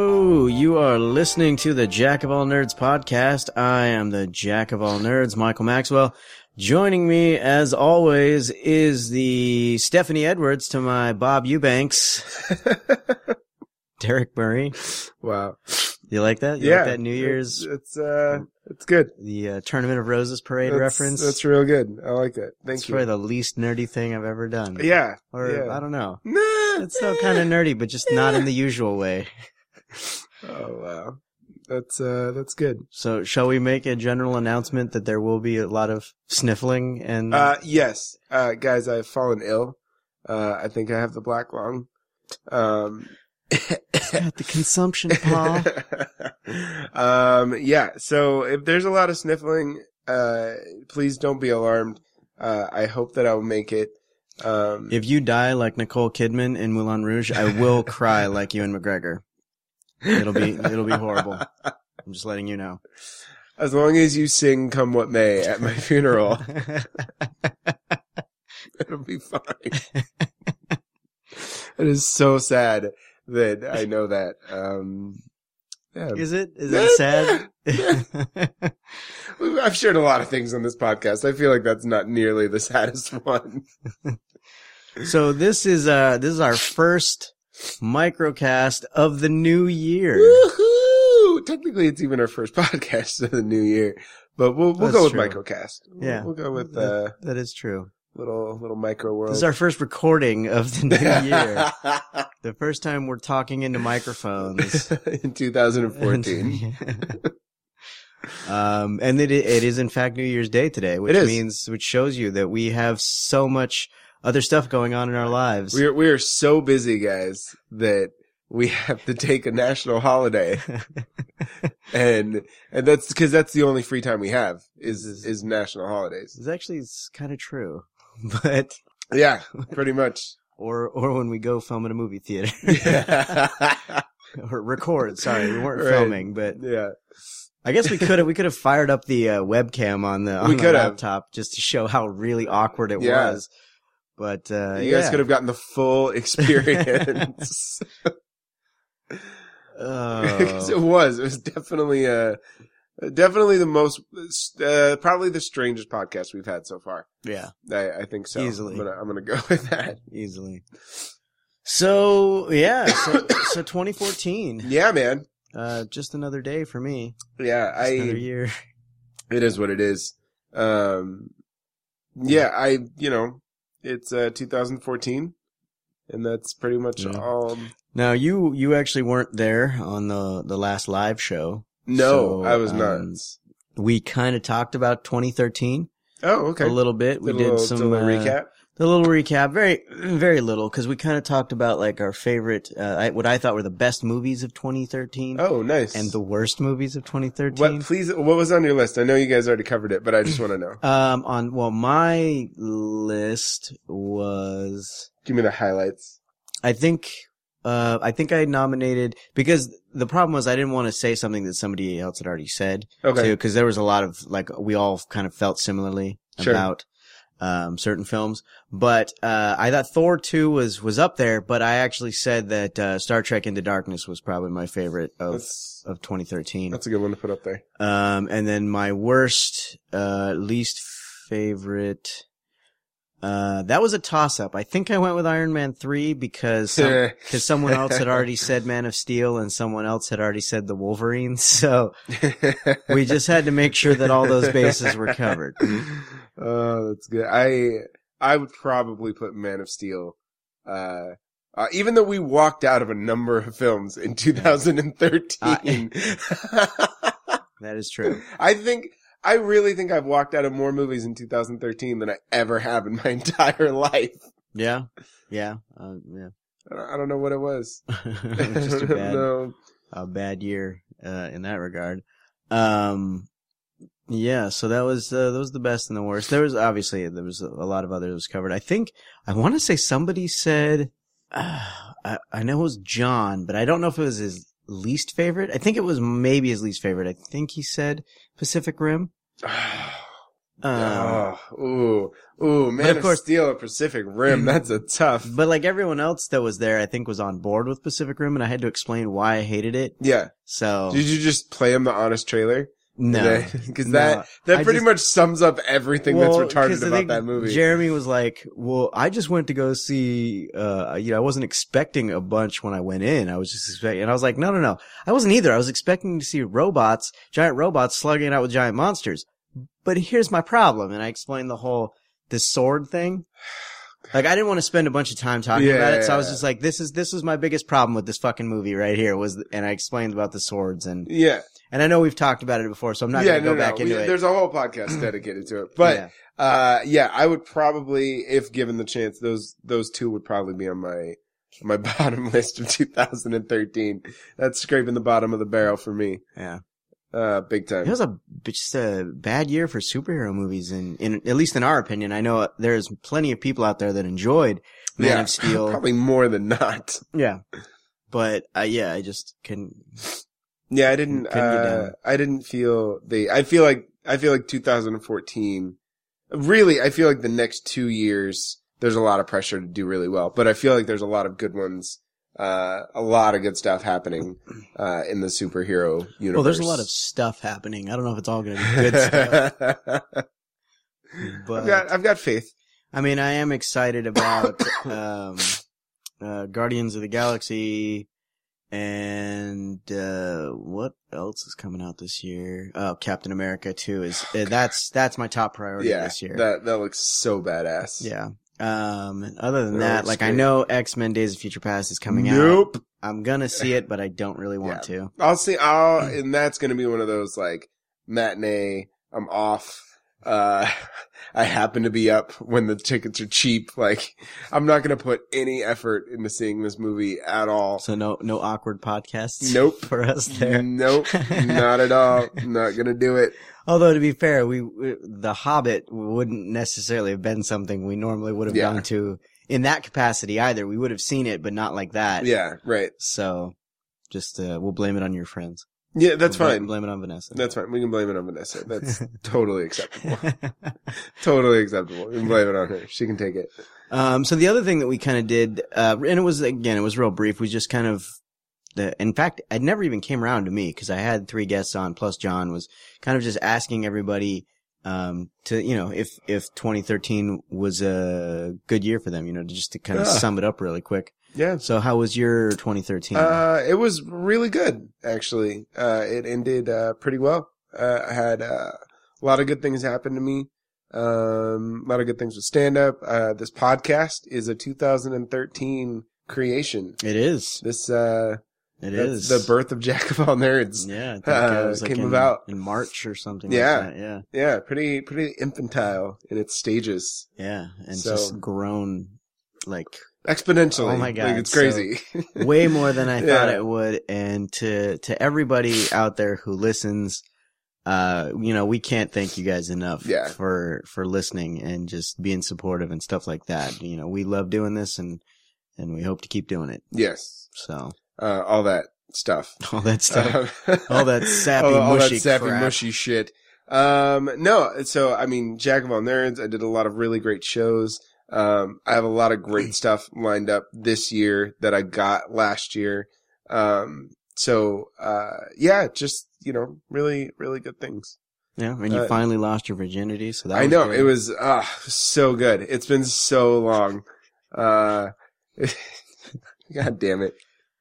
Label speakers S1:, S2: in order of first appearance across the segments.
S1: You are listening to the Jack of All Nerds podcast. I am the Jack of All Nerds, Michael Maxwell. Joining me, as always, is the Stephanie Edwards to my Bob Eubanks, Derek Murray.
S2: wow.
S1: You like that? You
S2: yeah.
S1: like that New Year's,
S2: It's, it's, uh, it's good.
S1: the uh, Tournament of Roses parade
S2: That's-
S1: reference?
S2: That's real good. I like that. Thank
S1: It's
S2: you.
S1: probably the least nerdy thing I've ever done.
S2: yeah.
S1: Or,
S2: yeah.
S1: I don't know.
S2: Nah.
S1: It's still kind of nerdy, but just not in the usual way.
S2: Oh wow. That's uh that's good.
S1: So, shall we make a general announcement that there will be a lot of sniffling and
S2: Uh yes. Uh guys, I've fallen ill. Uh I think I have the black lung. Um
S1: God, the consumption, Paul?
S2: um yeah, so if there's a lot of sniffling, uh please don't be alarmed. Uh I hope that I'll make it. Um
S1: if you die like Nicole Kidman in Moulin Rouge, I will cry like Ewan McGregor. It'll be it'll be horrible. I'm just letting you know.
S2: as long as you sing come what may at my funeral, it'll be fine. it is so sad that I know that. Um yeah,
S1: Is it is it sad?
S2: We've- I've shared a lot of things on this podcast. I feel like that's not nearly the saddest one.
S1: so this is uh this is our first microcast of the new year.
S2: Woohoo! Technically, it's even our first podcast of the new year, but we'll we'll
S1: That's
S2: go with
S1: true.
S2: microcast. We'll-
S1: Yeah.
S2: we'll go with uh,
S1: That is true.
S2: little little micro world.
S1: This is our first recording of the new year. the first time we're talking into microphones.
S2: in 2014.
S1: um, and it, it is in fact New Year's Day today, which
S2: It is.
S1: means which shows you that we have so much other stuff going on in our lives.
S2: we are we are so busy, guys, that we have to take a national holiday, and and that's because that's the only free time we have is is national holidays.
S1: it's actually it's kind of true, but
S2: Yeah, pretty much.
S1: or or when we go film at a movie theater Uh,
S2: yeah.
S1: or record. Sorry, we weren't
S2: Right.
S1: filming, but I guess we could have we could have fired up the uh, webcam on the on
S2: We
S1: the
S2: could have.
S1: laptop just to show how really awkward it
S2: Yeah.
S1: was. But uh,
S2: You guys
S1: yeah.
S2: could have gotten the full experience.
S1: Oh.
S2: 'Cause it was. It was definitely uh definitely the most uh, probably the strangest podcast we've had so far.
S1: yeah.
S2: I, I think so.
S1: Easily.
S2: I'm gonna, I'm gonna go with that.
S1: easily. So yeah, so, so 2014,
S2: Yeah, man.
S1: uh, just another day for me.
S2: Yeah,
S1: Just another
S2: I.
S1: year.
S2: It is what it is. Um, yeah, I. You know, it's uh 2014, and that's pretty much
S1: Yeah.
S2: all.
S1: Now you you actually weren't there on the the last live show.
S2: No,
S1: So,
S2: I was
S1: um,
S2: not.
S1: We kind of talked about 2013
S2: Oh, okay.
S1: a little bit. We
S2: Did a
S1: did
S2: little,
S1: some
S2: did a little
S1: uh,
S2: recap.
S1: A little recap, very very little, because we kind of talked about like our favorite, uh, I, what I thought were the best movies of 2013
S2: Oh, nice.
S1: and the worst movies of 2013.
S2: What please? What was on your list? I know you guys already covered it, but I just want to know.
S1: Um, on well, my list was
S2: Give me the highlights.
S1: I think uh I think I nominated because the problem was I didn't want to say something that somebody else had already said
S2: Okay.
S1: because there was a lot of like we all kind of felt similarly
S2: Sure.
S1: about um certain films but uh I thought Thor 2 was was up there but I actually said that uh Star Trek Into Darkness was probably my favorite of
S2: That's
S1: of 2013
S2: that's a good one to put up there.
S1: um and then my worst uh least favorite uh, that was a toss up. I think I went with Iron Man 3 because some, because someone else had already said Man of Steel and someone else had already said the Wolverine. So we just had to make sure that all those bases were covered.
S2: Oh, that's good. I I would probably put Man of Steel. Uh, uh, even though we walked out of a number of films in 2013,
S1: That is true.
S2: I think I really think I've walked out of more movies in 2013 than I ever have in my entire life.
S1: Yeah. Yeah. Uh, yeah.
S2: I don't, I don't know what it was.
S1: It was just a
S2: I don't
S1: bad,
S2: know.
S1: a bad year, uh, in that regard. Um, yeah, so that was, uh, those the best and the worst. There was obviously, there was a lot of others covered. I think, I want to say somebody said, uh, I, I know it was John, but I don't know if it was his least favorite. I think it was maybe his least favorite. I think he said Pacific Rim. Um,
S2: oh, ooh, ooh, Man
S1: Uh. of
S2: of,
S1: course-
S2: Steel at Pacific Rim. That's a tough.
S1: but like everyone else that was there, I think was on board with Pacific Rim, and I had to explain why I hated it.
S2: Yeah.
S1: So
S2: Did you just play him the honest trailer?
S1: no,
S2: Because
S1: No.
S2: that,
S1: I
S2: that pretty
S1: just-
S2: much sums up everything
S1: Well,
S2: that's retarded
S1: 'cause I
S2: about
S1: think
S2: that movie.
S1: Jeremy was like, "Well, I just went to go see. Uh, you know, I wasn't expecting a bunch when I went in. I was just expecting." And I was like, "No, no, no. I wasn't either. I was expecting to see robots, giant robots, slugging it out with giant monsters." But here's my problem, and I explained the whole this sword thing. Like I didn't want to spend a bunch of time talking
S2: Yeah,
S1: about it, so I was
S2: yeah.
S1: just like, "This is this was my biggest problem with this fucking movie right here." Was and I explained about the swords and
S2: yeah.
S1: and I know we've talked about it before, so I'm not
S2: yeah,
S1: gonna go back
S2: We-
S1: into it.
S2: There's a whole podcast dedicated to it. But
S1: Yeah.
S2: uh yeah, I would probably if given the chance, those those two would probably be on my my bottom list of 2013. That's scraping the bottom of the barrel for me.
S1: yeah.
S2: Uh big time.
S1: It was a just a bad year for superhero movies, and in at least in our opinion, I know there's plenty of people out there that enjoyed Man
S2: Yeah,
S1: of Steel.
S2: Probably more than not.
S1: yeah, but uh, yeah, I just couldn't.
S2: Yeah, I didn't.
S1: Couldn't get
S2: Uh,
S1: down.
S2: I didn't feel the. I feel like I feel like 2014. Really, I feel like the next two years there's a lot of pressure to do really well, but I feel like there's a lot of good ones. Uh, a lot of good stuff happening uh, in the superhero universe.
S1: Well, there's a lot of stuff happening. I don't know if it's all going to be good stuff,
S2: I've
S1: but
S2: got I've got faith.
S1: I mean, I am excited about um, uh, Guardians of the Galaxy, and uh, what else is coming out this year? Oh, Captain America Two is uh, that's that's my top priority
S2: Oh, Yeah,
S1: this year.
S2: that that looks so badass.
S1: Yeah. Um, and other than
S2: They're
S1: that,
S2: all
S1: like I
S2: straight.
S1: know X Men Days of Future Past is coming out.
S2: Nope.
S1: I'm gonna see it, but I don't really want to.
S2: I'll see. I'll
S1: Mm.
S2: and that's gonna be one of those like matinee. I'm off. Uh, I happen to be up when the tickets are cheap. Like, I'm not gonna put any effort into seeing this movie at all.
S1: So no, no awkward podcasts.
S2: Nope.
S1: For us there.
S2: Nope, not at all. Not gonna do it.
S1: Although to be fair, we, we the Hobbit wouldn't necessarily have been something we normally would have
S2: Yeah.
S1: gone to in that capacity either. We would have seen it, but not like that.
S2: Yeah, right.
S1: So, just uh, we'll blame it on your friends.
S2: Yeah, that's
S1: We'll bla-
S2: fine.
S1: Blame it on Vanessa.
S2: That's fine. We can blame it on Vanessa. That's totally acceptable. Totally acceptable. We can blame it on her. She can take it.
S1: Um, so the other thing that we kind of did, uh, and it was again, it was real brief. We just kind of, the, in fact, it never even came around to me because I had three guests on, plus John was kind of just asking everybody, um, to you know, if if 2013 was a good year for them, you know, to just to kind of
S2: Yeah.
S1: sum it up really quick.
S2: Yeah.
S1: So how was your 2013?
S2: Uh, it was really good, actually. Uh, it ended, uh, pretty well. Uh, I had, uh, a lot of good things happen to me. Um, a lot of good things with stand up. Uh, this podcast is a 2013 creation.
S1: it is.
S2: This, uh,
S1: It
S2: that's
S1: is
S2: the birth of Jack of all nerds.
S1: Yeah, I think
S2: uh,
S1: it was like
S2: came
S1: in,
S2: about.
S1: in March or something.
S2: Yeah.
S1: like that. yeah,
S2: Yeah. Pretty, pretty infantile in its stages.
S1: yeah, and
S2: So-
S1: just grown like
S2: Exponentially.
S1: Oh my God,
S2: Like, it's
S1: so-
S2: crazy.
S1: way more than I thought
S2: Yeah.
S1: it would. And to to everybody out there who listens, uh, you know, we can't thank you guys enough
S2: Yeah.
S1: for for listening and just being supportive and stuff like that. You know, we love doing this and and we hope to keep doing it.
S2: yes.
S1: So
S2: Uh, all that stuff.
S1: all that stuff.
S2: Um,
S1: all that sappy, mushy crap.
S2: mushy shit. Um, no, so I mean, Jack of all nerds. I did a lot of really great shows. Um, I have a lot of great stuff lined up this year that I got last year. Um, so uh, yeah, just you know, really, really good things.
S1: yeah, and you
S2: uh,
S1: finally lost your virginity, so that
S2: I
S1: was
S2: know
S1: good.
S2: it was ah so good. It's been so long. Uh, God damn it.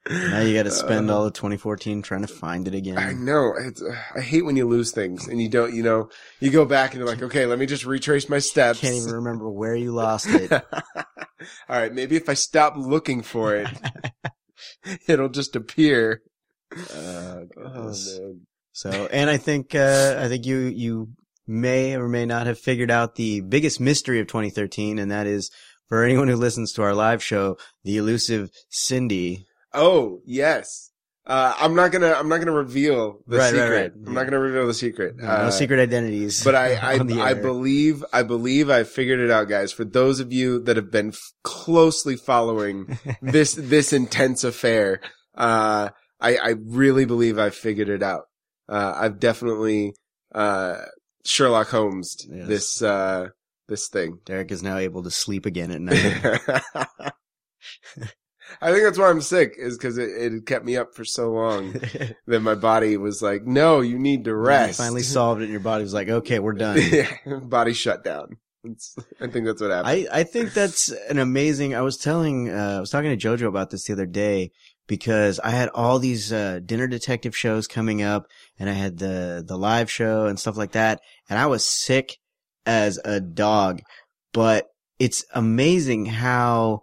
S1: Now you got to spend
S2: Uh,
S1: all of 2014 trying to find it again.
S2: I know. It's, I hate when you lose things and you don't, you know, you go back and you're like, okay, let me just retrace my steps.
S1: Can't even remember where you lost it.
S2: All right. Maybe if I stop looking for it, it'll just appear.
S1: Uh, goodness.
S2: Oh, man.
S1: So, and I think uh, I think you you may or may not have figured out the biggest mystery of 2013, and that is for anyone who listens to our live show, the elusive Cindy.
S2: Oh, yes. Uh, I'm not gonna, I'm not gonna reveal the
S1: Right, right,
S2: secret.
S1: right.
S2: I'm not gonna reveal the secret.
S1: no
S2: Uh,
S1: secret identities,
S2: But I, I,
S1: on the
S2: I
S1: air.
S2: believe, I believe I figured it out, guys. For those of you that have been f- closely following this, this intense affair, uh, I, I really believe I figured it out. Uh, I've definitely, uh, Sherlock Holmes
S1: Yes.
S2: this uh this thing.
S1: Derek is now able to sleep again at night.
S2: I think that's why I'm sick is because it, it kept me up for so long that my body was like, no, you need to
S1: You
S2: rest.
S1: finally solved it, and your body was like, "Okay, we're done."
S2: yeah, body shut down. It's, I think that's what happened.
S1: I, I think that's an amazing. I was telling, uh, I was talking to JoJo about this the other day because I had all these uh, dinner detective shows coming up, and I had the the live show and stuff like that, and I was sick as a dog. But it's amazing how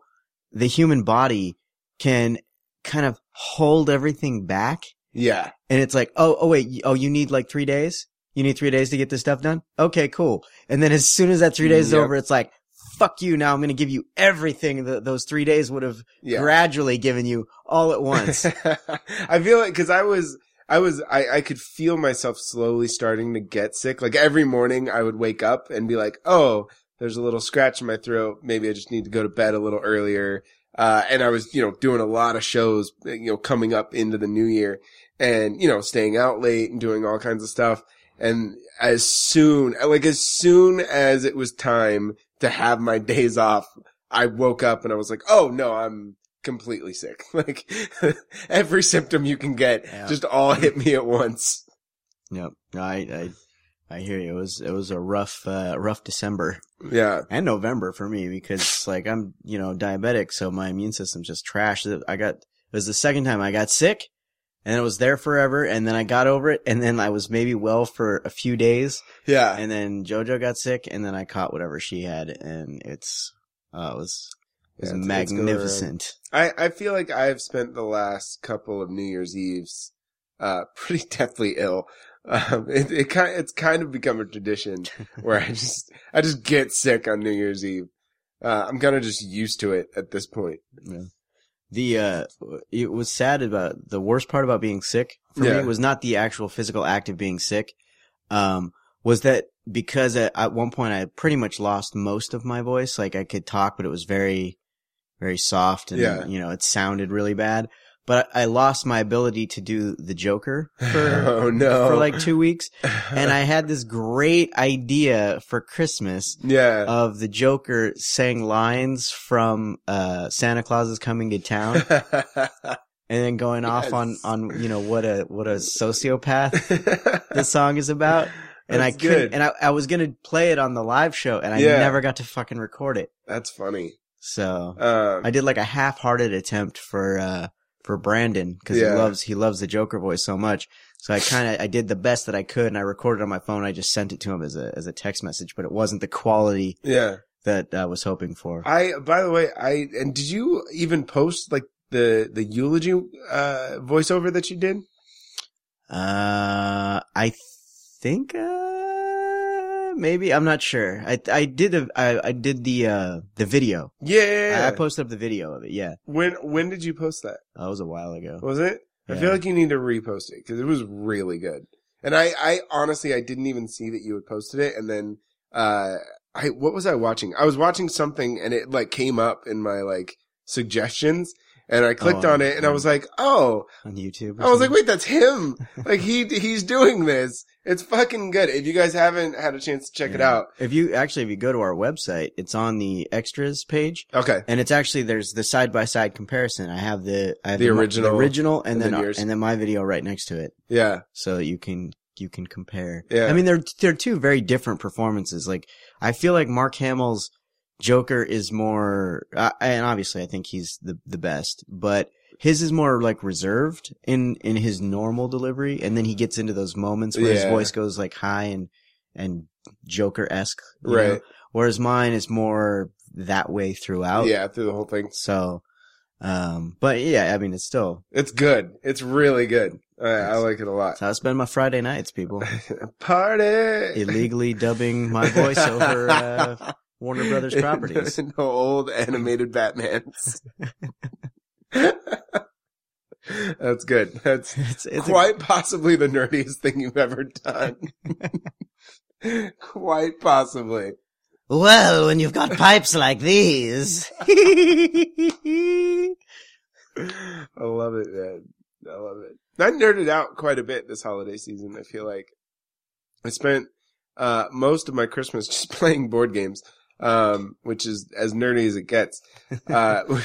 S1: the human body can kind of hold everything back,
S2: yeah,
S1: and it's like, oh, oh wait, y- oh, you need like three days. You need three days to get this stuff done. Okay, cool. And then as soon as that three days is
S2: Yep.
S1: over, it's like, fuck you. Now I'm going to give you everything that those three days would have
S2: yeah.
S1: gradually given you all at once.
S2: I feel like because I was, I was, I, I could feel myself slowly starting to get sick. Like every morning, I would wake up and be like, "Oh, there's a little scratch in my throat. Maybe I just need to go to bed a little earlier." Uh, and I was, you know, doing a lot of shows, you know, coming up into the new year, and you know, staying out late and doing all kinds of stuff. And as soon, like as soon as it was time to have my days off, I woke up and I was like, "Oh no, I'm completely sick. Like every symptom you can get
S1: Yeah.
S2: just all hit me at once.
S1: yep. I, I, I hear you. It was, it was a rough, uh, rough December
S2: Yeah.
S1: and November for me because like I'm, you know, diabetic. So my immune system's just trash. I got, it was the second time I got sick and it was there forever. And then I got over it. And then I was maybe well for a few days.
S2: Yeah.
S1: and then JoJo got sick, and then I caught whatever she had, and it's uh, it was it was
S2: Yeah, it's- it's going around.
S1: magnificent.
S2: I, I feel like I've spent the last couple of New Year's Eves uh pretty deathly ill. Um it, it kind it's kind of become a tradition where I just I just get sick on New Year's Eve. Uh I'm kind of just used to it at this point.
S1: the uh, it was sad about the worst part about being sick for
S2: Yeah.
S1: me was not the actual physical act of being sick, um, was that because at, at one point I pretty much lost most of my voice. Like I could talk, but it was very, very soft, and
S2: Yeah.
S1: you know it sounded really bad. But I I lost my ability to do the Joker for
S2: oh no.
S1: for like two weeks. and I had this great idea for Christmas
S2: yeah.
S1: of the Joker saying lines from uh, Santa Claus is coming to town and then going off on
S2: Yes.
S1: on you know what a what a sociopath the song is about. And I
S2: That's
S1: couldn't,
S2: good.
S1: and I, I was gonna play it on the live show, and I
S2: Yeah.
S1: never got to fucking record it.
S2: That's funny.
S1: So
S2: Um,
S1: I did like a half-hearted attempt for uh for Brandon because
S2: Yeah.
S1: he loves he loves the Joker voice so much. So I kind of I did the best that I could, and I recorded on my phone. I just sent it to him as a as a text message, but it wasn't the quality
S2: yeah.
S1: that I was hoping for.
S2: I by the way, I and did you even post like the the eulogy uh voiceover that you did?
S1: Uh, I think uh maybe I'm not sure. I I did a, I, I did the uh the video. I, I
S2: Yeah.
S1: posted up the video of it. Yeah,
S2: when when did you post that?
S1: that was a while ago.
S2: Was it? I
S1: Yeah.
S2: feel like you need to repost it cuz it was really good. And I I honestly I didn't even see that you had posted it and then uh I what was I watching? I was watching something and it like came up in my like suggestions and I clicked
S1: Oh,
S2: on it and I
S1: um,
S2: was like, "Oh,
S1: on YouTube. or
S2: I was like,
S1: something.
S2: wait, that's him. Like he he's doing this. It's fucking good. If you guys haven't had a chance to check it
S1: Yeah.
S2: out,
S1: If you actually if you go to our website, it's on the extras page.
S2: okay.
S1: and it's actually there's the side by side comparison. I have the I have
S2: The
S1: mo-
S2: original
S1: the original, and,
S2: and
S1: then
S2: then yours.
S1: and then my video right next to it,
S2: Yeah,
S1: so that you can you can compare.
S2: Yeah.
S1: I mean they're they're two very different performances. Like I feel like Mark Hamill's Joker is more, uh, and obviously I think he's the the best, but his is more like reserved in in his normal delivery, and then he gets into those moments where his
S2: Yeah.
S1: voice goes like high and and Joker esque,
S2: right.
S1: Whereas mine is more that way throughout.
S2: Yeah, through the whole thing.
S1: So, um, but yeah, I mean, it's still
S2: It's good. It's really good. I, I
S1: Nice.
S2: like it a lot.
S1: that's how I spend my Friday nights, people.
S2: Party.
S1: Illegally dubbing my voice over uh, Warner Brothers properties.
S2: no old animated Batman's. That's good. That's
S1: It's, it's a-
S2: quite possibly the nerdiest thing you've ever done. quite possibly.
S1: well, when you've got pipes like these.
S2: I love it, man. I love it. I nerded out quite a bit this holiday season. I feel like I spent uh, most of my Christmas just playing board games, um, which is as nerdy as it gets. Uh,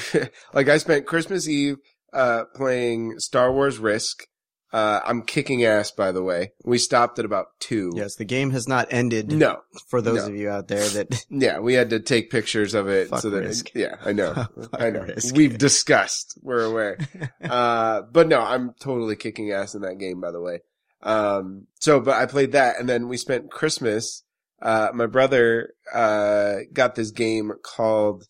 S2: like I spent Christmas Eve, uh, playing Star Wars Risk. Uh, I'm kicking ass, by the way. We stopped at about two.
S1: Yes, the game has not ended.
S2: No.
S1: for those
S2: no.
S1: of you out there that
S2: Yeah, we had to take pictures of it
S1: Fuck
S2: so that
S1: Risk.
S2: yeah, I know. I know.
S1: Risk.
S2: We've discussed. We're aware. uh, but no, I'm totally kicking ass in that game, by the way. Um, so, but I played that and then we spent Christmas. Uh, my brother, uh, got this game called,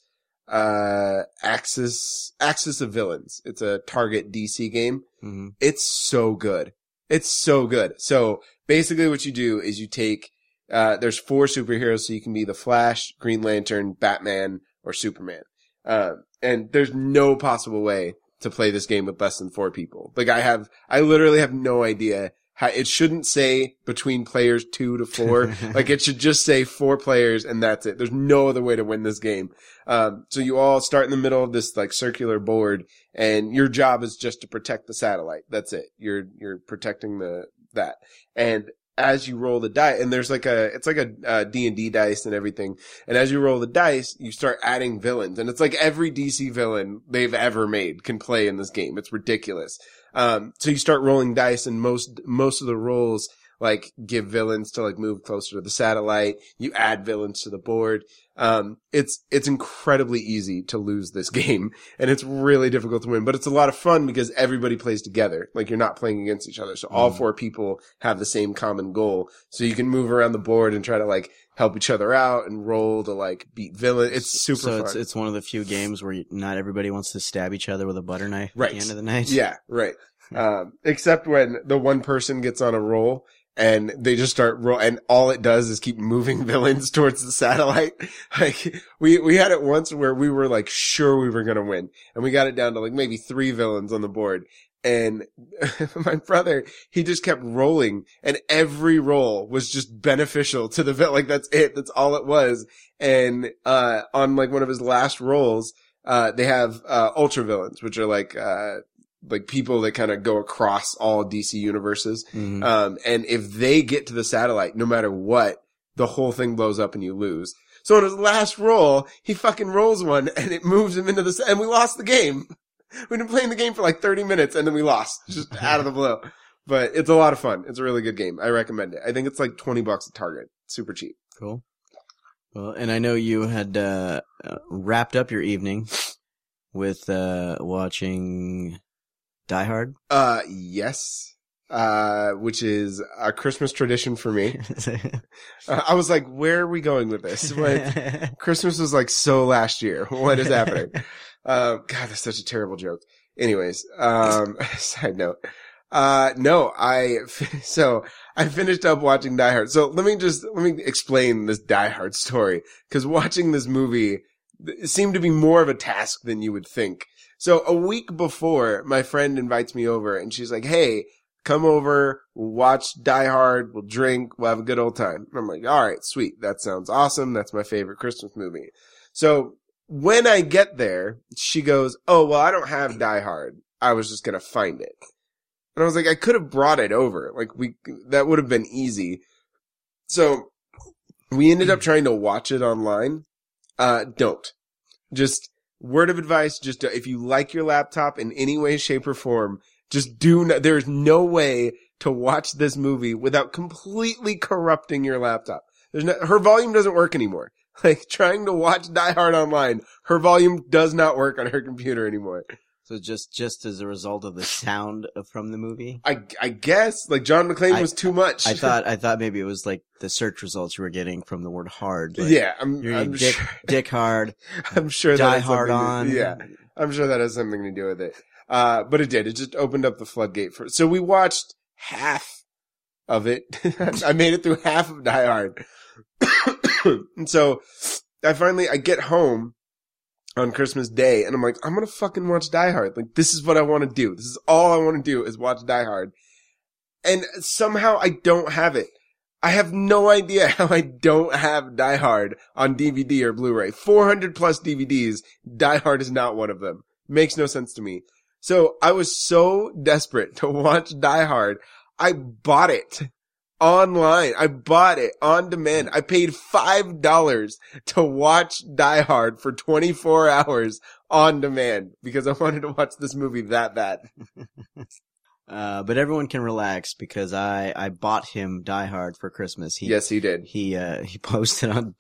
S2: uh, Axis, Axis of Villains. It's a Target DC game.
S1: Mhm.
S2: It's so good. It's so good. So basically what you do is you take, uh, there's four superheroes. So you can be the Flash, Green Lantern, Batman, or Superman. Uh, and there's no possible way to play this game with less than four people. Like I have, I literally have no idea how it shouldn't say between players two to four. like it should just say four players and that's it. There's no other way to win this game. Um, so you all start in the middle of this like circular board and your job is just to protect the satellite. That's it. You're, you're protecting the, that. And as you roll the die, and there's like a, it's like a, uh, D&D dice and everything. And as you roll the dice, you start adding villains. And it's like every DC villain they've ever made can play in this game. It's ridiculous. Um, so you start rolling dice and most, most of the rolls like give villains to like move closer to the satellite. You add villains to the board. Um, it's, it's incredibly easy to lose this game and it's really difficult to win, but it's a lot of fun because everybody plays together. Like you're not playing against each other. So all
S1: Mm.
S2: four people have the same common goal. So you can move around the board and try to like help each other out and roll to like beat villain. It's super
S1: so it's
S2: fun.
S1: it's one of the few games where you, not everybody wants to stab each other with a butter knife
S2: Right.
S1: at the end of the night.
S2: yeah, right. Um, except when the one person gets on a roll and they just start roll and all it does is keep moving villains towards the satellite. Like we, we had it once where we were like sure we were going to win and we got it down to like maybe three villains on the board. And my brother, he just kept rolling and every roll was just beneficial to the villain. Like that's it. That's all it was. And, uh, on like one of his last rolls, uh, they have, uh, ultra villains, which are like, uh, like people that kind of go across all DC universes.
S1: Mhm.
S2: Um, and if they get to the satellite, no matter what, the whole thing blows up and you lose. So on his last roll, he fucking rolls one and it moves him into the, sa- and we lost the game. We've been playing the game for like 30 minutes and then we lost just out of the blue. But it's a lot of fun. It's a really good game. I recommend it. I think it's like 20 bucks at Target. Super cheap.
S1: Cool. Well, and I know you had uh, uh, wrapped up your evening with uh, watching Die Hard.
S2: Uh, yes. Uh, which is a Christmas tradition for me. Uh, I was like, where are we going with this? Like, Christmas was like so last year. What is happening? uh, God, that's such a terrible joke. Anyways, um, side note. Uh, no, I, so I finished up watching Die Hard. So let me just, let me explain this Die Hard story. Cause watching this movie th- seemed to be more of a task than you would think. So a week before, my friend invites me over and she's like, Hey, come over, we'll watch Die Hard, we'll drink, we'll have a good old time. And I'm like, all right, sweet. That sounds awesome. That's my favorite Christmas movie. So when I get there, she goes, oh, well, I don't have Die Hard. I was just going to find it. And I was like, I could have brought it over. Like we, that would have been easy. So we ended up trying to watch it online. Uh, don't just word of advice. Just do- if you like your laptop in any way, shape or form, just do not, there's no way to watch this movie without completely corrupting your laptop. There's no, her volume doesn't work anymore. Like trying to watch Die Hard online, her volume does not work on her computer anymore.
S1: so just just as a result of the sound of- from the movie,
S2: I, I guess like John McClane
S1: I-
S2: was too much.
S1: I thought I thought maybe it was like the search results you were getting from the word hard. like,
S2: yeah, I'm,
S1: you're
S2: I'm
S1: eating dick,
S2: sure,
S1: dick hard,
S2: I'm sure that
S1: die
S2: has
S1: hard on.
S2: something to- Yeah, I'm sure that has something to do with it. Uh, but it did. It just opened up the floodgate for. So we watched half of it. I made it through half of Die Hard, and so I finally I get home on Christmas Day, and I'm like, I'm gonna fucking watch Die Hard. Like this is what I want to do. This is all I want to do is watch Die Hard. And somehow I don't have it. I have no idea how I don't have Die Hard on DVD or Blu-ray. 400 plus DVDs Die Hard is not one of them. Makes no sense to me. So I was so desperate to watch Die Hard, I bought it online. I bought it on demand. I paid five dollars to watch Die Hard for 24 hours on demand because I wanted to watch this movie that bad.
S1: Uh, but everyone can relax because I, I bought him Die Hard for Christmas. He,
S2: yes, he did.
S1: He, uh, he posted on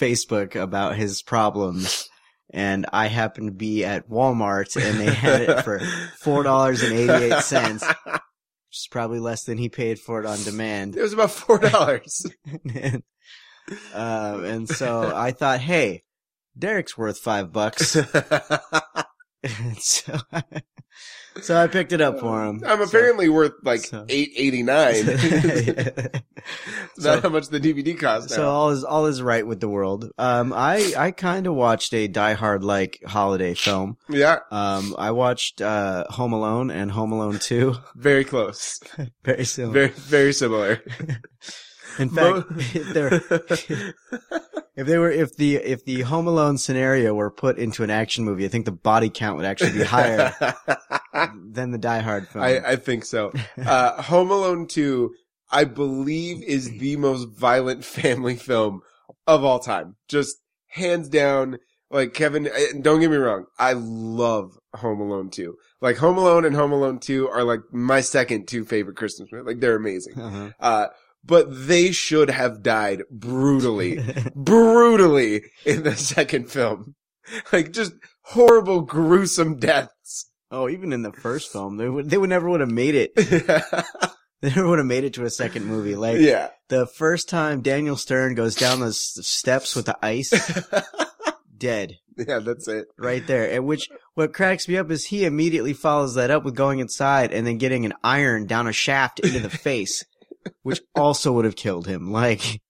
S1: Facebook about his problems and I happened to be at Walmart and they had it for $4.88, which is probably less than he paid for it on demand.
S2: It was about four dollars.
S1: and, uh, and so I thought, hey, Derek's worth five bucks. And so, I, so I picked it up for him.
S2: I'm
S1: So-
S2: apparently worth like
S1: so-
S2: eight eighty nine. That's
S1: So-
S2: not how much the DVD cost.
S1: So all is all is right with the world. Um, I I kind of watched a Die Hard like holiday film.
S2: now. yeah,
S1: Um, I watched uh Home Alone and Home Alone Two
S2: very close.
S1: very soon.
S2: Very very similar.
S1: In
S2: Mo-
S1: fact, if, they're- if they were if the if the Home Alone scenario were put into an action movie, I think the body count would actually be higher than the Die Hard film.
S2: I, I think so. Uh, Home Alone 2, I believe, is the most violent family film of all time. Just hands down. Like Kevin, eh, don't get me wrong. I love Home Alone 2. Like Home Alone and Home Alone 2 are like my second two favorite Christmas movies. Like they're amazing.
S1: Uh-huh.
S2: Uh, but they should have died brutally, brutally in the second film. Like just horrible, gruesome deaths.
S1: oh, even in the first film, they would they would never would have made it. They never would have made it to a second movie. Like
S2: yeah.
S1: the first time Daniel Stern goes down those steps with the ice, dead.
S2: yeah, that's it.
S1: right there. And which what cracks me up is he immediately follows that up with going inside and then getting an iron down a shaft into the face, which also would have killed him. Like,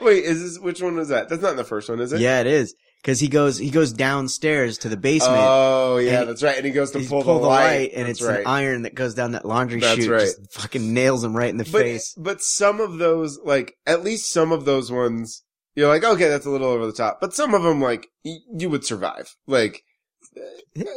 S2: Wait, is this which one was that? That's not in the first one, is it?
S1: yeah, it is because he goes he goes downstairs to the basement.
S2: Oh yeah,
S1: And
S2: that's right. And he goes to
S1: He's
S2: pull, the, light.
S1: and
S2: That's
S1: it's an iron that goes down that laundry
S2: That's
S1: chute.
S2: right.
S1: Just fucking nails him right in the
S2: but
S1: face.
S2: but some of those, like at least some of those ones, you're like, okay, that's a little over the top. But some of them, like y- you would survive. Like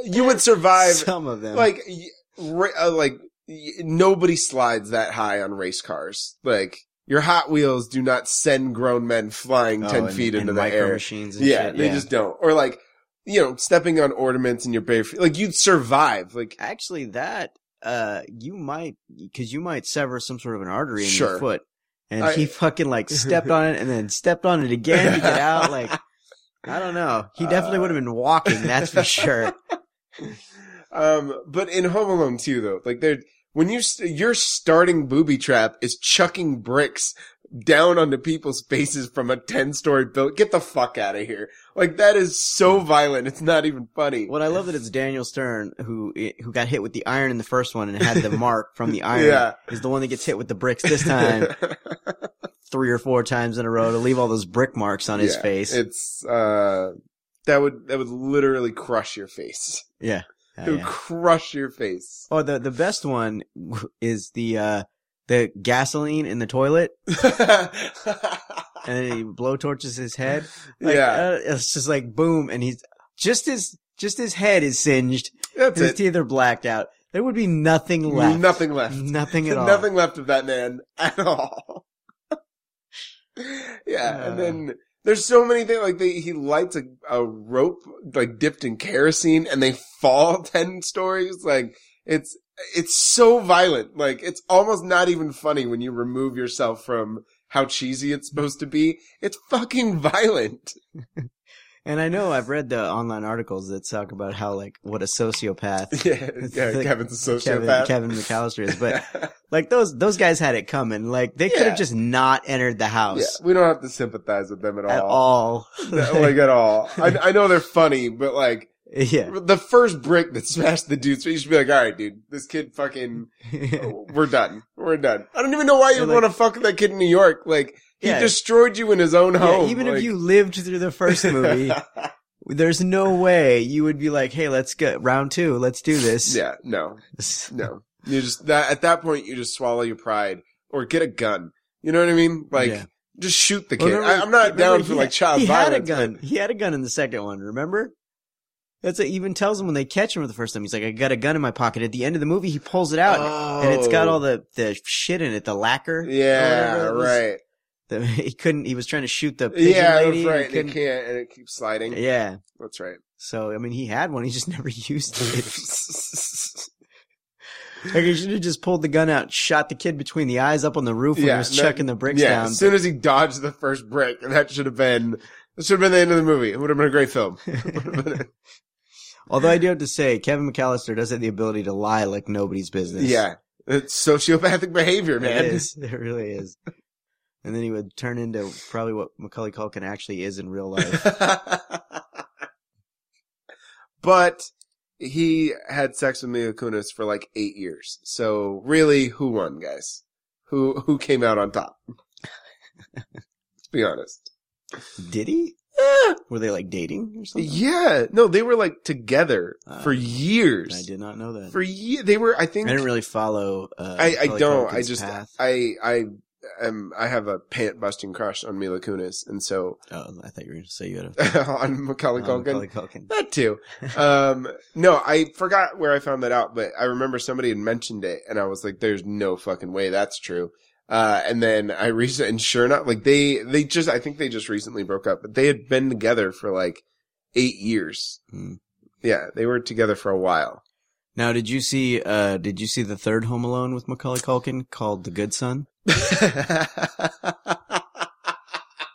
S2: you would survive.
S1: Some of them,
S2: like y- ra- uh, like y- nobody slides that high on race cars. Like your Hot Wheels do not send grown men flying
S1: Oh,
S2: ten
S1: and-
S2: feet into
S1: and
S2: the
S1: micro
S2: air.
S1: machines. And
S2: Yeah,
S1: shit,
S2: they just don't. Or like, you know, stepping on ornaments in your bare feet. Like you'd survive. Like
S1: actually that uh you might because you might sever some sort of an artery in
S2: Sure.
S1: your foot and
S2: I-
S1: he fucking like stepped on it and then stepped on it again to get out like i don't know he definitely
S2: Uh.
S1: would have been walking that's for sure
S2: um, but in Home Alone 2 though, like they're, when you, st- your starting booby trap is chucking bricks down onto people's faces from a 10 story build. Get the fuck out of here. Like that is so violent. It's not even funny.
S1: Hmm. what i love that it's daniel stern who who got hit with the iron in the first one and had the mark from the iron
S2: Yeah.
S1: is the one that gets hit with the bricks this time three or four times in a row to leave all those brick marks on his
S2: Yeah,
S1: face
S2: it's, uh, that would, that would literally crush your face.
S1: yeah, Yeah,
S2: it would
S1: Oh, yeah.
S2: crush your face.
S1: Oh, the the best one is the uh the gasoline in the toilet, and then he blow torches his head. Like,
S2: yeah,
S1: uh, it's just like boom, and he's just his just his head is singed.
S2: that's
S1: his
S2: it.
S1: teeth are blacked out. There would be nothing left.
S2: Nothing left.
S1: Nothing at all.
S2: Nothing left of that man at all. yeah,
S1: Uh.
S2: and then there's so many things like they, he lights a, a rope like dipped in kerosene, and they fall ten stories. Like it's it's so violent. Like it's almost not even funny when you remove yourself from how cheesy it's supposed to be. It's fucking violent.
S1: And I know I've read the online articles that talk about how like what a sociopath
S2: Yeah, yeah.
S1: like
S2: Kevin's a
S1: Kevin,
S2: sociopath.
S1: Kevin McAllister is, but like those those guys had it coming. Like they could
S2: Yeah.
S1: have just not entered the
S2: yeah,
S1: house
S2: we don't have to sympathize with them
S1: at all.
S2: Oh. No, like at all. I, I know they're funny, but like
S1: yeah.
S2: the first brick that smashed the dude's face, you should be like, all right, dude, this kid fucking, we're done. We're done. I don't even know why you
S1: You're
S2: would want to fuck that kid in New York. Like he
S1: Yeah.
S2: destroyed you in his own home.
S1: Yeah, even
S2: Like,
S1: if you lived through the first movie, there's no way you would be like, "Hey, let's get round two. Let's do this."
S2: yeah, no, no. You just that at that point you just swallow your pride or get a gun. You know what I mean? Like
S1: Yeah.
S2: just shoot the kid.
S1: Remember-
S2: I, I'm not
S1: remember
S2: down for
S1: he-
S2: like child
S1: He
S2: violence.
S1: had a gun. He had a gun in the second one. Remember? That's it. He even tells him when they catch him for the first time. He's like, I got a gun in my pocket. At the end of the movie, he pulls it out and it's got all the, the shit in it, the lacquer.
S2: Oh.
S1: or
S2: Yeah,
S1: whatever it was.
S2: right.
S1: The- he couldn't, he was trying to shoot the pigeon
S2: Yeah,
S1: lady. and
S2: that's
S1: he
S2: right. And it
S1: couldn't-
S2: can't, and it keeps sliding.
S1: yeah.
S2: That's right.
S1: So, I mean, he had one. He just never used it. like, he should have just pulled the gun out, shot the kid between the eyes up on the roof when
S2: Yeah,
S1: he was
S2: no-
S1: chucking the bricks
S2: yeah,
S1: down.
S2: as soon as he dodged the first brick, that should have been that should have been the end of the movie. It would have been a great film.
S1: Although I do have to say, Kevin McAllister does have the ability to lie like nobody's business.
S2: yeah, it's sociopathic behavior,
S1: It
S2: man.
S1: is. It really is. And then he would turn into probably what Macaulay Culkin actually is in real life.
S2: but he had sex with Mila Kunis for like eight years. So really, who won, guys? Who who came out on top? Let's be honest.
S1: Did he? Were they like dating or something?
S2: Yeah, no, they were like together
S1: Ah.
S2: for years.
S1: I did not know that.
S2: For ye- they were. I
S1: I
S2: think
S1: didn't really follow. Uh,
S2: I, I
S1: Macaulay
S2: don't. I
S1: Culkin's
S2: just
S1: path.
S2: I I am I have a pant busting crush on Mila Kunis, and so
S1: oh, I thought you were going to say you had a
S2: on Macaulay
S1: Oh,
S2: Culkin.
S1: Macaulay Culkin.
S2: That too. Um, no, I forgot where I found that out, but I remember somebody had mentioned it, and I was like, "There's no fucking way that's true." Uh, and then I recently, and sure enough, like they they just I think they just recently broke up, but they had been together for like eight years.
S1: Hmm.
S2: Yeah, they were together for a while.
S1: Now, did you see? Uh, did you see the third Home Alone with Macaulay Culkin called The Good Son?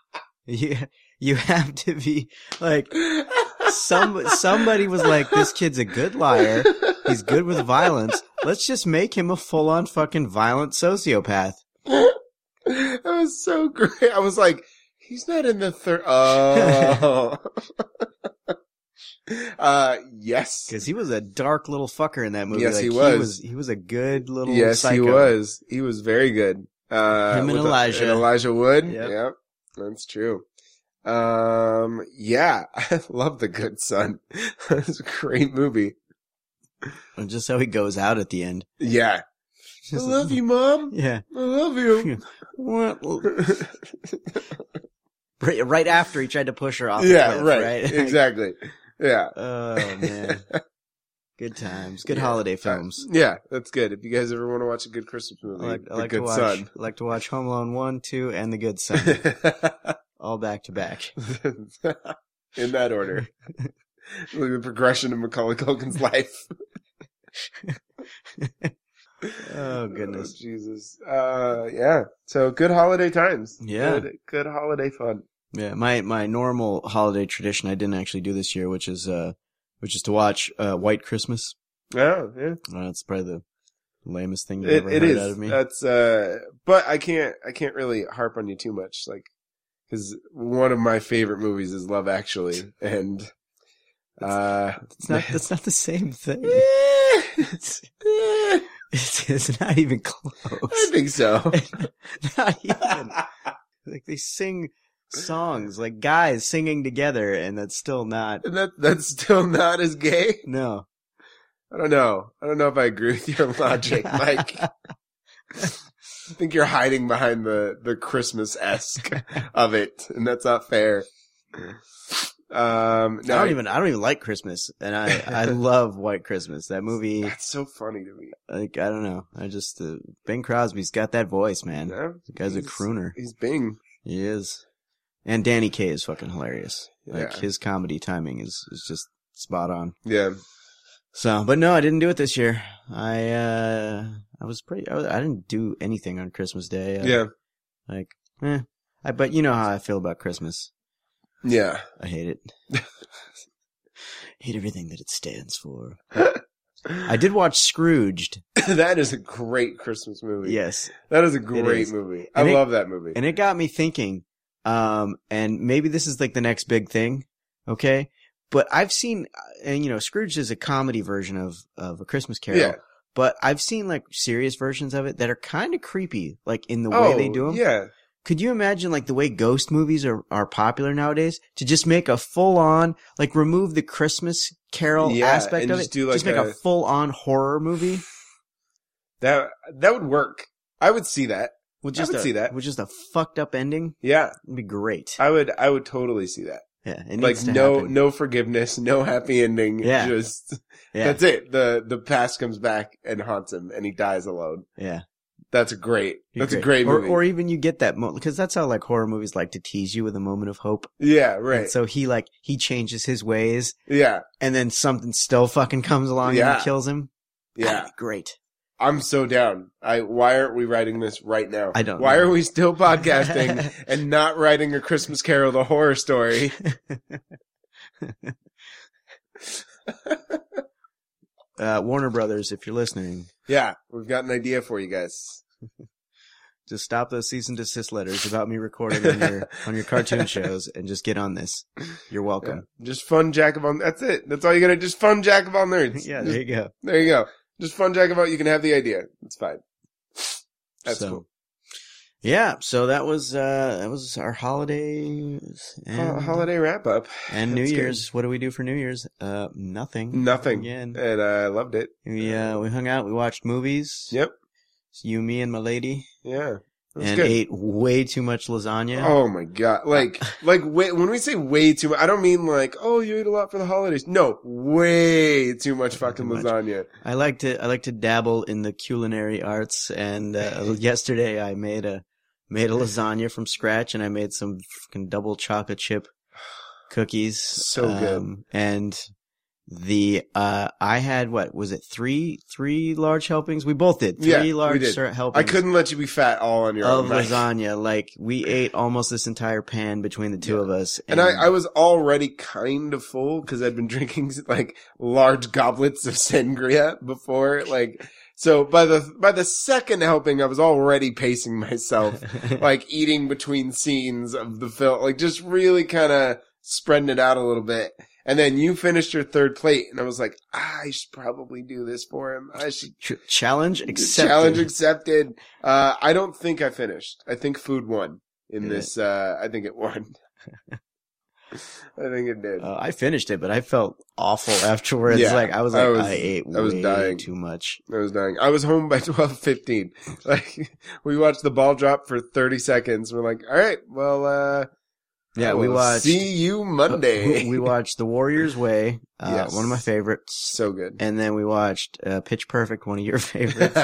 S1: You you have to be like some somebody was like, this kid's a good liar. He's good with violence. Let's just make him a full on fucking violent sociopath.
S2: that was so great. I was like, he's not in the third. Oh. uh, yes.
S1: Because he was a dark little fucker in that movie.
S2: Yes,
S1: Like,
S2: he was.
S1: He was, he was a good little
S2: Yes,
S1: psycho.
S2: he was. He was very good. Uh,
S1: Him and
S2: with a-
S1: Elijah.
S2: and Elijah Wood.
S1: Yep.
S2: Yep. That's true. Um, yeah, I love The Good Son. it's a great movie.
S1: And just how he goes out at the end.
S2: Yeah. I
S1: Just-
S2: love you, mom.
S1: Yeah.
S2: I love you.
S1: What? Right, right after he tried to push her off. the
S2: yeah,
S1: cliff,
S2: right.
S1: right.
S2: Exactly. Yeah.
S1: oh man. Good times. Good
S2: Yeah.
S1: holiday films.
S2: Yeah, that's good. If you guys ever want to watch a good Christmas
S1: I
S2: movie,
S1: like, I
S2: The
S1: like to
S2: Good
S1: watch.
S2: Son.
S1: I like to watch Home Alone one, two, and The Good Son, all back to back.
S2: In that order. Look at the progression of Macaulay Culkin's life.
S1: Oh, goodness.
S2: Oh, Jesus. Uh, yeah. So good holiday times.
S1: Yeah.
S2: Good, good holiday fun.
S1: Yeah, my my normal holiday tradition I didn't actually do this year, which is uh, which is to watch uh, White Christmas.
S2: Oh, yeah.
S1: Uh, it's probably the lamest thing you've
S2: It,
S1: ever
S2: it
S1: heard out
S2: is.
S1: of me.
S2: That's, uh, but I can't, I can't really harp on you too much. Like, cause one of my favorite movies is Love Actually. And, uh,
S1: it's not. It's not the same thing.
S2: it's, eh,
S1: It's, it's not even
S2: I
S1: close.
S2: think so.
S1: not even. Like they sing songs, like guys singing together, and that's still not.
S2: And that that's still not as gay.
S1: No.
S2: I don't know. I don't know if I agree with your logic, Mike. I think you're hiding behind the the Christmas esque of it, and that's not fair. Um, no,
S1: I don't even. I don't even like Christmas, and I I love White Christmas. That movie,
S2: That's so funny to me.
S1: like I don't know. I just uh, Ben Crosby's got that voice, man.
S2: No?
S1: The guy's a
S2: He's-
S1: crooner.
S2: He's Bing.
S1: He is. And Danny Kaye is fucking hilarious. Like
S2: Yeah.
S1: his comedy timing is, is just spot on.
S2: Yeah.
S1: So, but no, I didn't do it this year. I uh I was pretty I, was- I didn't do anything on Christmas Day. Uh,
S2: Yeah.
S1: Like, eh. I but you know how I feel about Christmas.
S2: Yeah.
S1: I hate it. hate everything that it stands for. I did watch Scrooged.
S2: that is a great Christmas movie.
S1: Yes.
S2: That is a great
S1: is.
S2: movie.
S1: And
S2: I
S1: it-
S2: love that movie.
S1: And it got me thinking, um, and maybe this is like the next big thing, okay? But I've seen, uh, and you know, Scrooge is a comedy version of of a Christmas Carol.
S2: Yeah.
S1: But I've seen like serious versions of it that are kind of creepy, like in the way they do them.
S2: Oh, Yeah.
S1: Could you imagine like the way ghost movies are are popular nowadays? To just make a full on, like remove the Christmas Carol
S2: Yeah,
S1: aspect
S2: and
S1: of
S2: just
S1: it,
S2: do, like,
S1: just make a,
S2: a-
S1: full on horror movie
S2: That that would work. I would see that.
S1: with just
S2: would
S1: a,
S2: see that.
S1: with just a fucked up ending.
S2: Yeah.
S1: It'd be great.
S2: I would I would totally see that.
S1: Yeah, it
S2: like
S1: needs to
S2: no
S1: happen.
S2: no forgiveness, no happy ending.
S1: Yeah.
S2: Just
S1: yeah,
S2: that's it. The the past comes back and haunts him and he dies alone.
S1: yeah.
S2: That's great.
S1: You're
S2: That's a great movie.
S1: Or, or even you get that moment because that's how like horror movies like to tease you with a moment of hope.
S2: yeah,
S1: And
S2: right.
S1: so he like he changes his ways,
S2: yeah.
S1: and then something still fucking comes along and
S2: Yeah.
S1: he kills him. That'd
S2: Yeah.
S1: be great.
S2: I'm so down. I why aren't we writing this right now?
S1: I don't
S2: Why
S1: know.
S2: are we still podcasting and not writing a Christmas Carol the horror story?
S1: uh, Warner Brothers, if you're listening,
S2: Yeah, we've got an idea for you guys.
S1: just stop those cease and desist letters about me recording on your on your cartoon shows and just get on this. You're
S2: Yeah.
S1: welcome.
S2: Just fun Jack of all. That's it. That's all you gotta. Just fun Jack of all nerds.
S1: Yeah,
S2: Just-
S1: there you go.
S2: there you go. Just fun Jack of all. You can have the idea. It's fine. That's
S1: So,
S2: cool.
S1: Yeah, so that was uh that was our holidays and
S2: Ho- holiday wrap up.
S1: and New
S2: That's good.
S1: Year's. What do we do for New Year's? Uh, nothing.
S2: Nothing. Uh,
S1: Again.
S2: And I loved it.
S1: We uh we hung out. We watched movies.
S2: Yep.
S1: It's you, me, and my lady,
S2: Yeah. It was
S1: and
S2: good.
S1: ate way too much lasagna.
S2: Oh my god! Like, like way, when we say way too much, I don't mean like, oh, you ate a lot for the holidays. No, way too much fucking
S1: Too much.
S2: lasagna.
S1: I like to I like to dabble in the culinary arts, and uh, yesterday I made a made a lasagna from scratch, and I made some fucking double chocolate chip cookies. um,
S2: So good.
S1: And the uh, I had what was it three three large helpings? We both did three
S2: Yeah, we
S1: large
S2: did.
S1: ser- helpings.
S2: I couldn't let you be fat all on your
S1: of
S2: own. Like-
S1: lasagna. Like we ate almost this entire pan between the two
S2: Yeah.
S1: of us,
S2: And I, I was already kind of full because I'd been drinking like large goblets of sangria before. Like, so by the, by the second helping, I was already pacing myself, like eating between scenes of the film, like just really kind of spreading it out a little bit. And then you finished your third plate and I was like, ah, I should probably do this for him. I should
S1: Ch- challenge accepted.
S2: Challenge accepted. Uh, I don't think I finished. I think food won in
S1: Did
S2: this. Uh, I think it won. I think it did.
S1: Uh, I finished it, but I felt awful afterwards.
S2: Yeah,
S1: like I was like,
S2: I
S1: I,
S2: was-
S1: ate
S2: I was
S1: way
S2: dying.
S1: too much.
S2: I was dying. I was home by twelve fifteen. Like we watched the ball drop for thirty seconds. We're like, all right, well, uh,
S1: Yeah, we
S2: we'll
S1: watched.
S2: See you Monday.
S1: We, we watched The Warrior's Way, uh,
S2: Yes.
S1: one of my favorites,
S2: so good.
S1: and then we watched uh, Pitch Perfect, one of your favorites.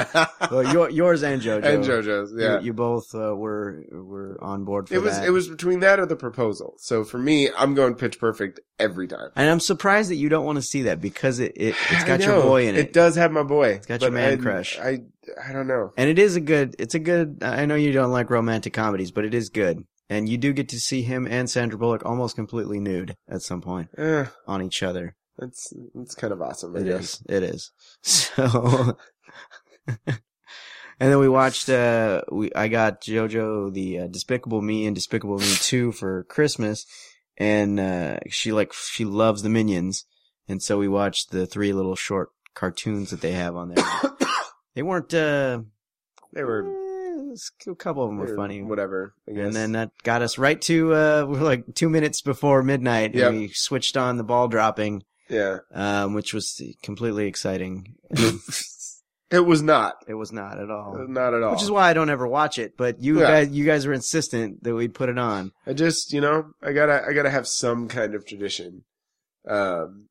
S1: well, your, yours and JoJo.
S2: and JoJo's.
S1: You-
S2: Yeah.
S1: You, both uh, were were on board for
S2: it was
S1: that.
S2: it was between that or the proposal. So for me, I'm going pitch perfect every time.
S1: and I'm surprised that you don't want to see that because it, it it's
S2: I
S1: got your
S2: know.
S1: boy in it.
S2: It does have my boy. It's
S1: got your man
S2: I,
S1: crush.
S2: I I don't know.
S1: And it is a good, it's a good, I know you don't like romantic comedies, but it is good. And you do get to see him and Sandra Bullock almost completely nude at some point
S2: Eh,
S1: on each other.
S2: that's that's kind of awesome. I
S1: It
S2: guess.
S1: is, it is. So, and then we watched, uh, we, I got JoJo the uh, Despicable Me and Despicable Me 2 for Christmas. And, uh, she like, she loves the minions. And so we watched the three little short cartoons that they have on there. they weren't, uh,
S2: They were
S1: Eh, a couple of them
S2: they
S1: were funny.
S2: Whatever. I guess.
S1: And then uh, that got us right to uh, we were like two minutes before midnight,
S2: Yep.
S1: and we switched on the ball dropping,
S2: yeah,
S1: um, which was completely exciting.
S2: it was not
S1: it was not at all,
S2: not at all.
S1: Oh. which is why I don't ever watch it. But you
S2: Um, Yeah.
S1: guys, you guys were insistent that we put it on.
S2: I just you know I gotta I gotta have some kind of tradition, um,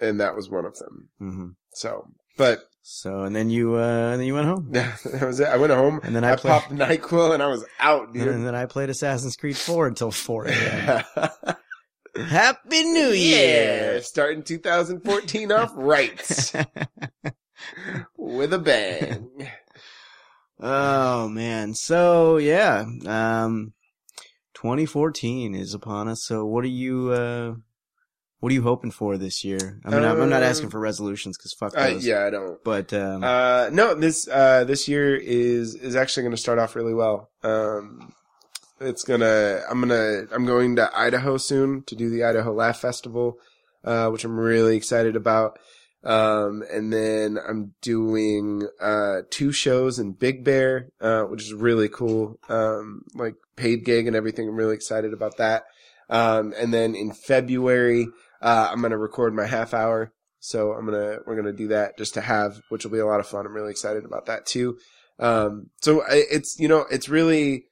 S2: and that was one of them.
S1: hmm
S2: So, but
S1: So and then you, uh, and then you went home,
S2: that was it. I went home.
S1: and then I,
S2: I
S1: played,
S2: popped Nyquil and I was out,
S1: and
S2: dude.
S1: then I played Assassin's Creed Four until four a.m.
S2: Yeah.
S1: Happy New Year!
S2: starting 2014 off right with a bang.
S1: Oh man. So yeah, um 2014 is upon us. So what are you uh what are you hoping for this year? I mean, I'm- I'm not
S2: Um,
S1: asking for resolutions cuz fuck
S2: Uh,
S1: those.
S2: yeah, I don't.
S1: But um
S2: Uh, no, this uh, this year is is actually going to start off really well. Um, it's gonna I'm gonna I'm going to Idaho soon to do the Idaho Laugh Festival, uh, which I'm really excited about. Um, and then I'm doing uh, two shows in Big Bear, uh, which is really cool. Um, like paid gig and everything. I'm really excited about that. Um, and then in February, uh, I'm gonna record my half hour so I'm gonna we're gonna do that just to have, which will be a lot of fun. I'm really excited about that too. Um, so I, it's you know it's really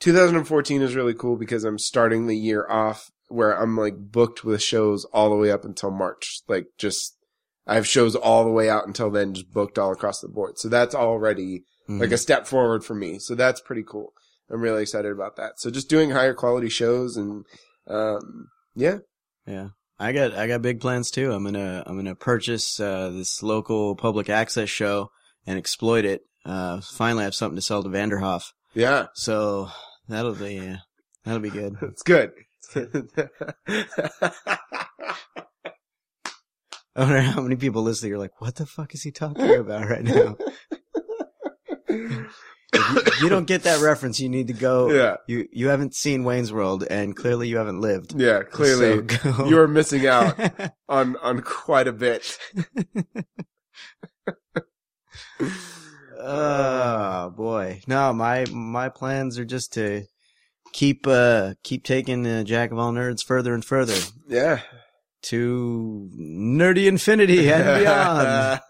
S2: 2014 is really cool because I'm starting the year off where I'm like booked with shows all the way up until March. Like just, I have shows all the way out until then, just booked all across the board. So that's already
S1: Mhm.
S2: like a step forward for me. So that's pretty cool. I'm really excited about that. So just doing higher quality shows and, um, yeah.
S1: Yeah. I got I got big plans too. I'm gonna I'm gonna purchase uh, this local public access show and exploit it. Uh, finally, I have something to sell to Vanderhoff,
S2: Yeah.
S1: so that'll be uh, that'll be good.
S2: It's good.
S1: I wonder how many people listening are like, "What the fuck is he talking about right now?" If you, if you don't get that reference, you need to go.
S2: yeah.
S1: You you haven't seen Wayne's World, and clearly you haven't lived.
S2: Yeah. Clearly
S1: So go-
S2: you are missing out on, on quite a bit.
S1: Oh boy. No, my my plans are just to keep uh keep taking uh, Jack of all nerds further and further
S2: Yeah.
S1: to nerdy infinity and beyond.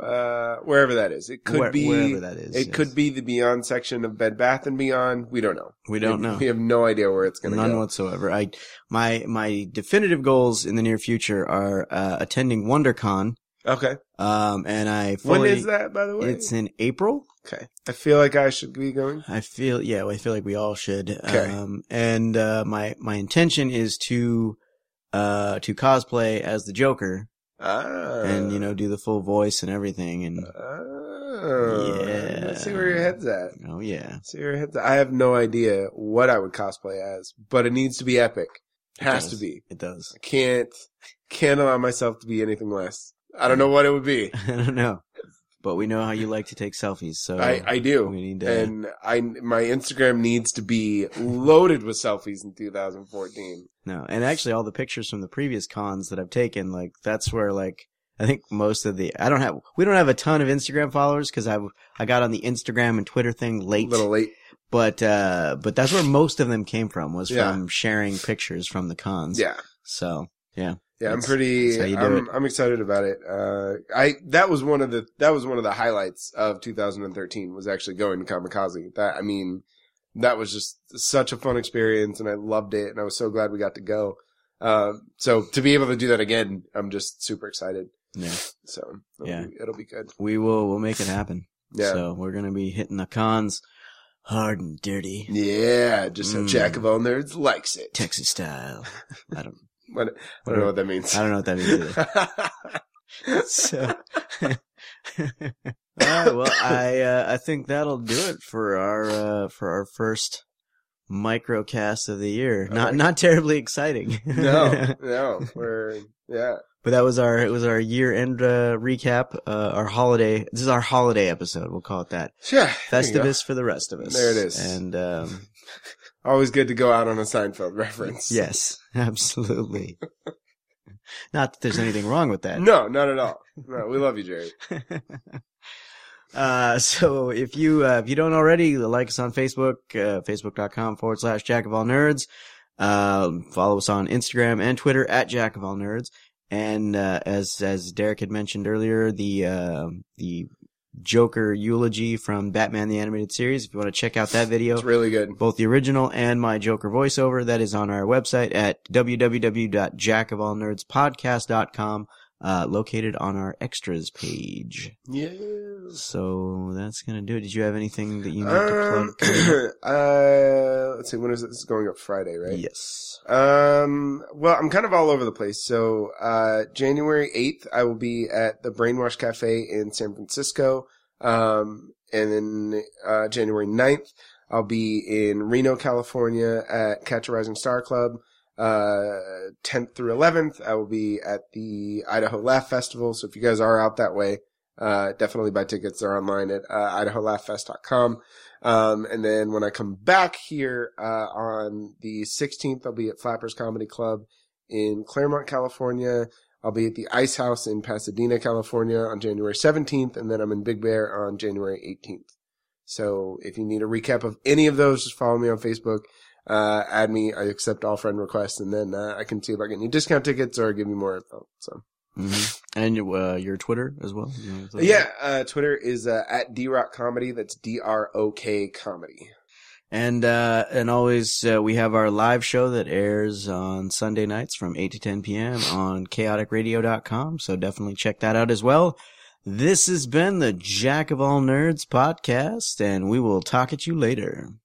S2: uh, wherever that is. It could
S1: Where-
S2: be
S1: wherever that is.
S2: it
S1: yes.
S2: could be the Beyond section of Bed Bath and Beyond. We don't know.
S1: We don't know.
S2: We have no idea where it's going to
S1: None
S2: go.
S1: whatsoever. I my my definitive goals in the near future are uh, attending WonderCon.
S2: Okay.
S1: Um and I fully
S2: When is that by the way?
S1: it's in April.
S2: okay. I feel like I should be going.
S1: I feel yeah, I feel like we all should.
S2: Okay.
S1: Um and uh my my intention is to uh to cosplay as the Joker
S2: Ah.
S1: and you know do the full voice and everything and
S2: Uh. Oh.
S1: Yeah.
S2: Let's see where your head's at.
S1: oh yeah.
S2: Let's see where your head's at. I have no idea what I would cosplay as, but it needs to be epic. Has
S1: does.
S2: to be.
S1: It does.
S2: I can't can't allow myself to be anything less. I don't know what it would be.
S1: I don't know. But we know how you like to take selfies, so
S2: I, I do.
S1: we need to
S2: and I my Instagram needs to be loaded with selfies in 2014.
S1: No, and actually, all the pictures from the previous cons that I've taken, like that's where like I think most of the I don't have we don't have a ton of Instagram followers because I I got on the Instagram and Twitter thing
S2: A
S1: late,
S2: little late.
S1: but uh but that's where most of them came from was
S2: Yeah.
S1: from sharing pictures from the cons.
S2: Yeah.
S1: So
S2: Yeah, I'm
S1: That's-
S2: pretty
S1: that's how you do
S2: I'm, I'm excited about it. Uh I that was one of the that was one of the highlights of 2013 was actually going to Kamikaze. That I mean that was just such a fun experience and I loved it and I was so glad we got to go. Uh, so to be able to do that again, I'm just super excited.
S1: yeah,
S2: So it'll
S1: Yeah.
S2: be, it'll be good.
S1: we will we'll make it happen.
S2: Yeah.
S1: So we're gonna be hitting the cons hard and dirty,
S2: Yeah, just how
S1: Mm.
S2: Jack of all nerds likes it.
S1: Texas style. I don't
S2: What, I don't know what that means.
S1: I don't know what that means either. so all right well i uh, i think that'll do it for our uh, for our first microcast of the year not
S2: Alright.
S1: not terribly exciting
S2: no, no, we're yeah,
S1: but that was our it was our year end uh, recap uh, our holiday this is our holiday episode we'll call it that
S2: yeah. there you go.
S1: festivus for the rest of us
S2: There it is.
S1: and um
S2: Always good to go out on a Seinfeld reference.
S1: yes absolutely not that there's anything wrong with that
S2: No, not at all. No, we love you, Jerry.
S1: Uh, so if you, uh, if you don't already, like us on Facebook, uh, facebook.com forward slash jack of all nerds. Um, follow us on Instagram and Twitter at jack of all nerds. And, uh, as, as Derek had mentioned earlier, the, uh, the Joker eulogy from Batman the Animated Series. If you want to check out that video,
S2: It's really good.
S1: both the original and my Joker voiceover. That is on our website at www.jackofallnerdspodcast.com, uh, located on our extras page.
S2: Yeah.
S1: So that's gonna do it. Did you have anything that you need
S2: Um,
S1: to plug? coming up?
S2: uh, let's see. When is it? It's going up Friday, right?
S1: Yes.
S2: Um, well, I'm kind of all over the place. So, uh, January 8th, I will be at the Brainwash Cafe in San Francisco. Um, and then, uh, January 9th, I'll be in Reno, California at Catch a Rising Star Club. Uh, 10th through 11th, I will be at the Idaho Laugh Festival. So if you guys are out that way, uh, definitely buy tickets. They're online at, uh, idaholaughfest.com. Um, and then when I come back here uh, on the 16th, I'll be at Flappers Comedy Club in Claremont, California. I'll be at the Ice House in Pasadena, California on January 17th, and then I'm in Big Bear on January 18th. So if you need a recap of any of those, just follow me on Facebook, uh, add me. I accept all friend requests, and then uh, I can see if I can get any discount tickets or give you more info. So
S1: Mhm. And uh, your Twitter as well. You wanna plug that?
S2: yeah, uh, Twitter is uh, at drock comedy. That's D R O K comedy.
S1: And uh, and always uh, we have our live show that airs on Sunday nights from 8 to 10 p.m. on chaoticradio.com. So definitely check that out as well. This has been the Jack of All Nerds podcast, and we will talk at you later.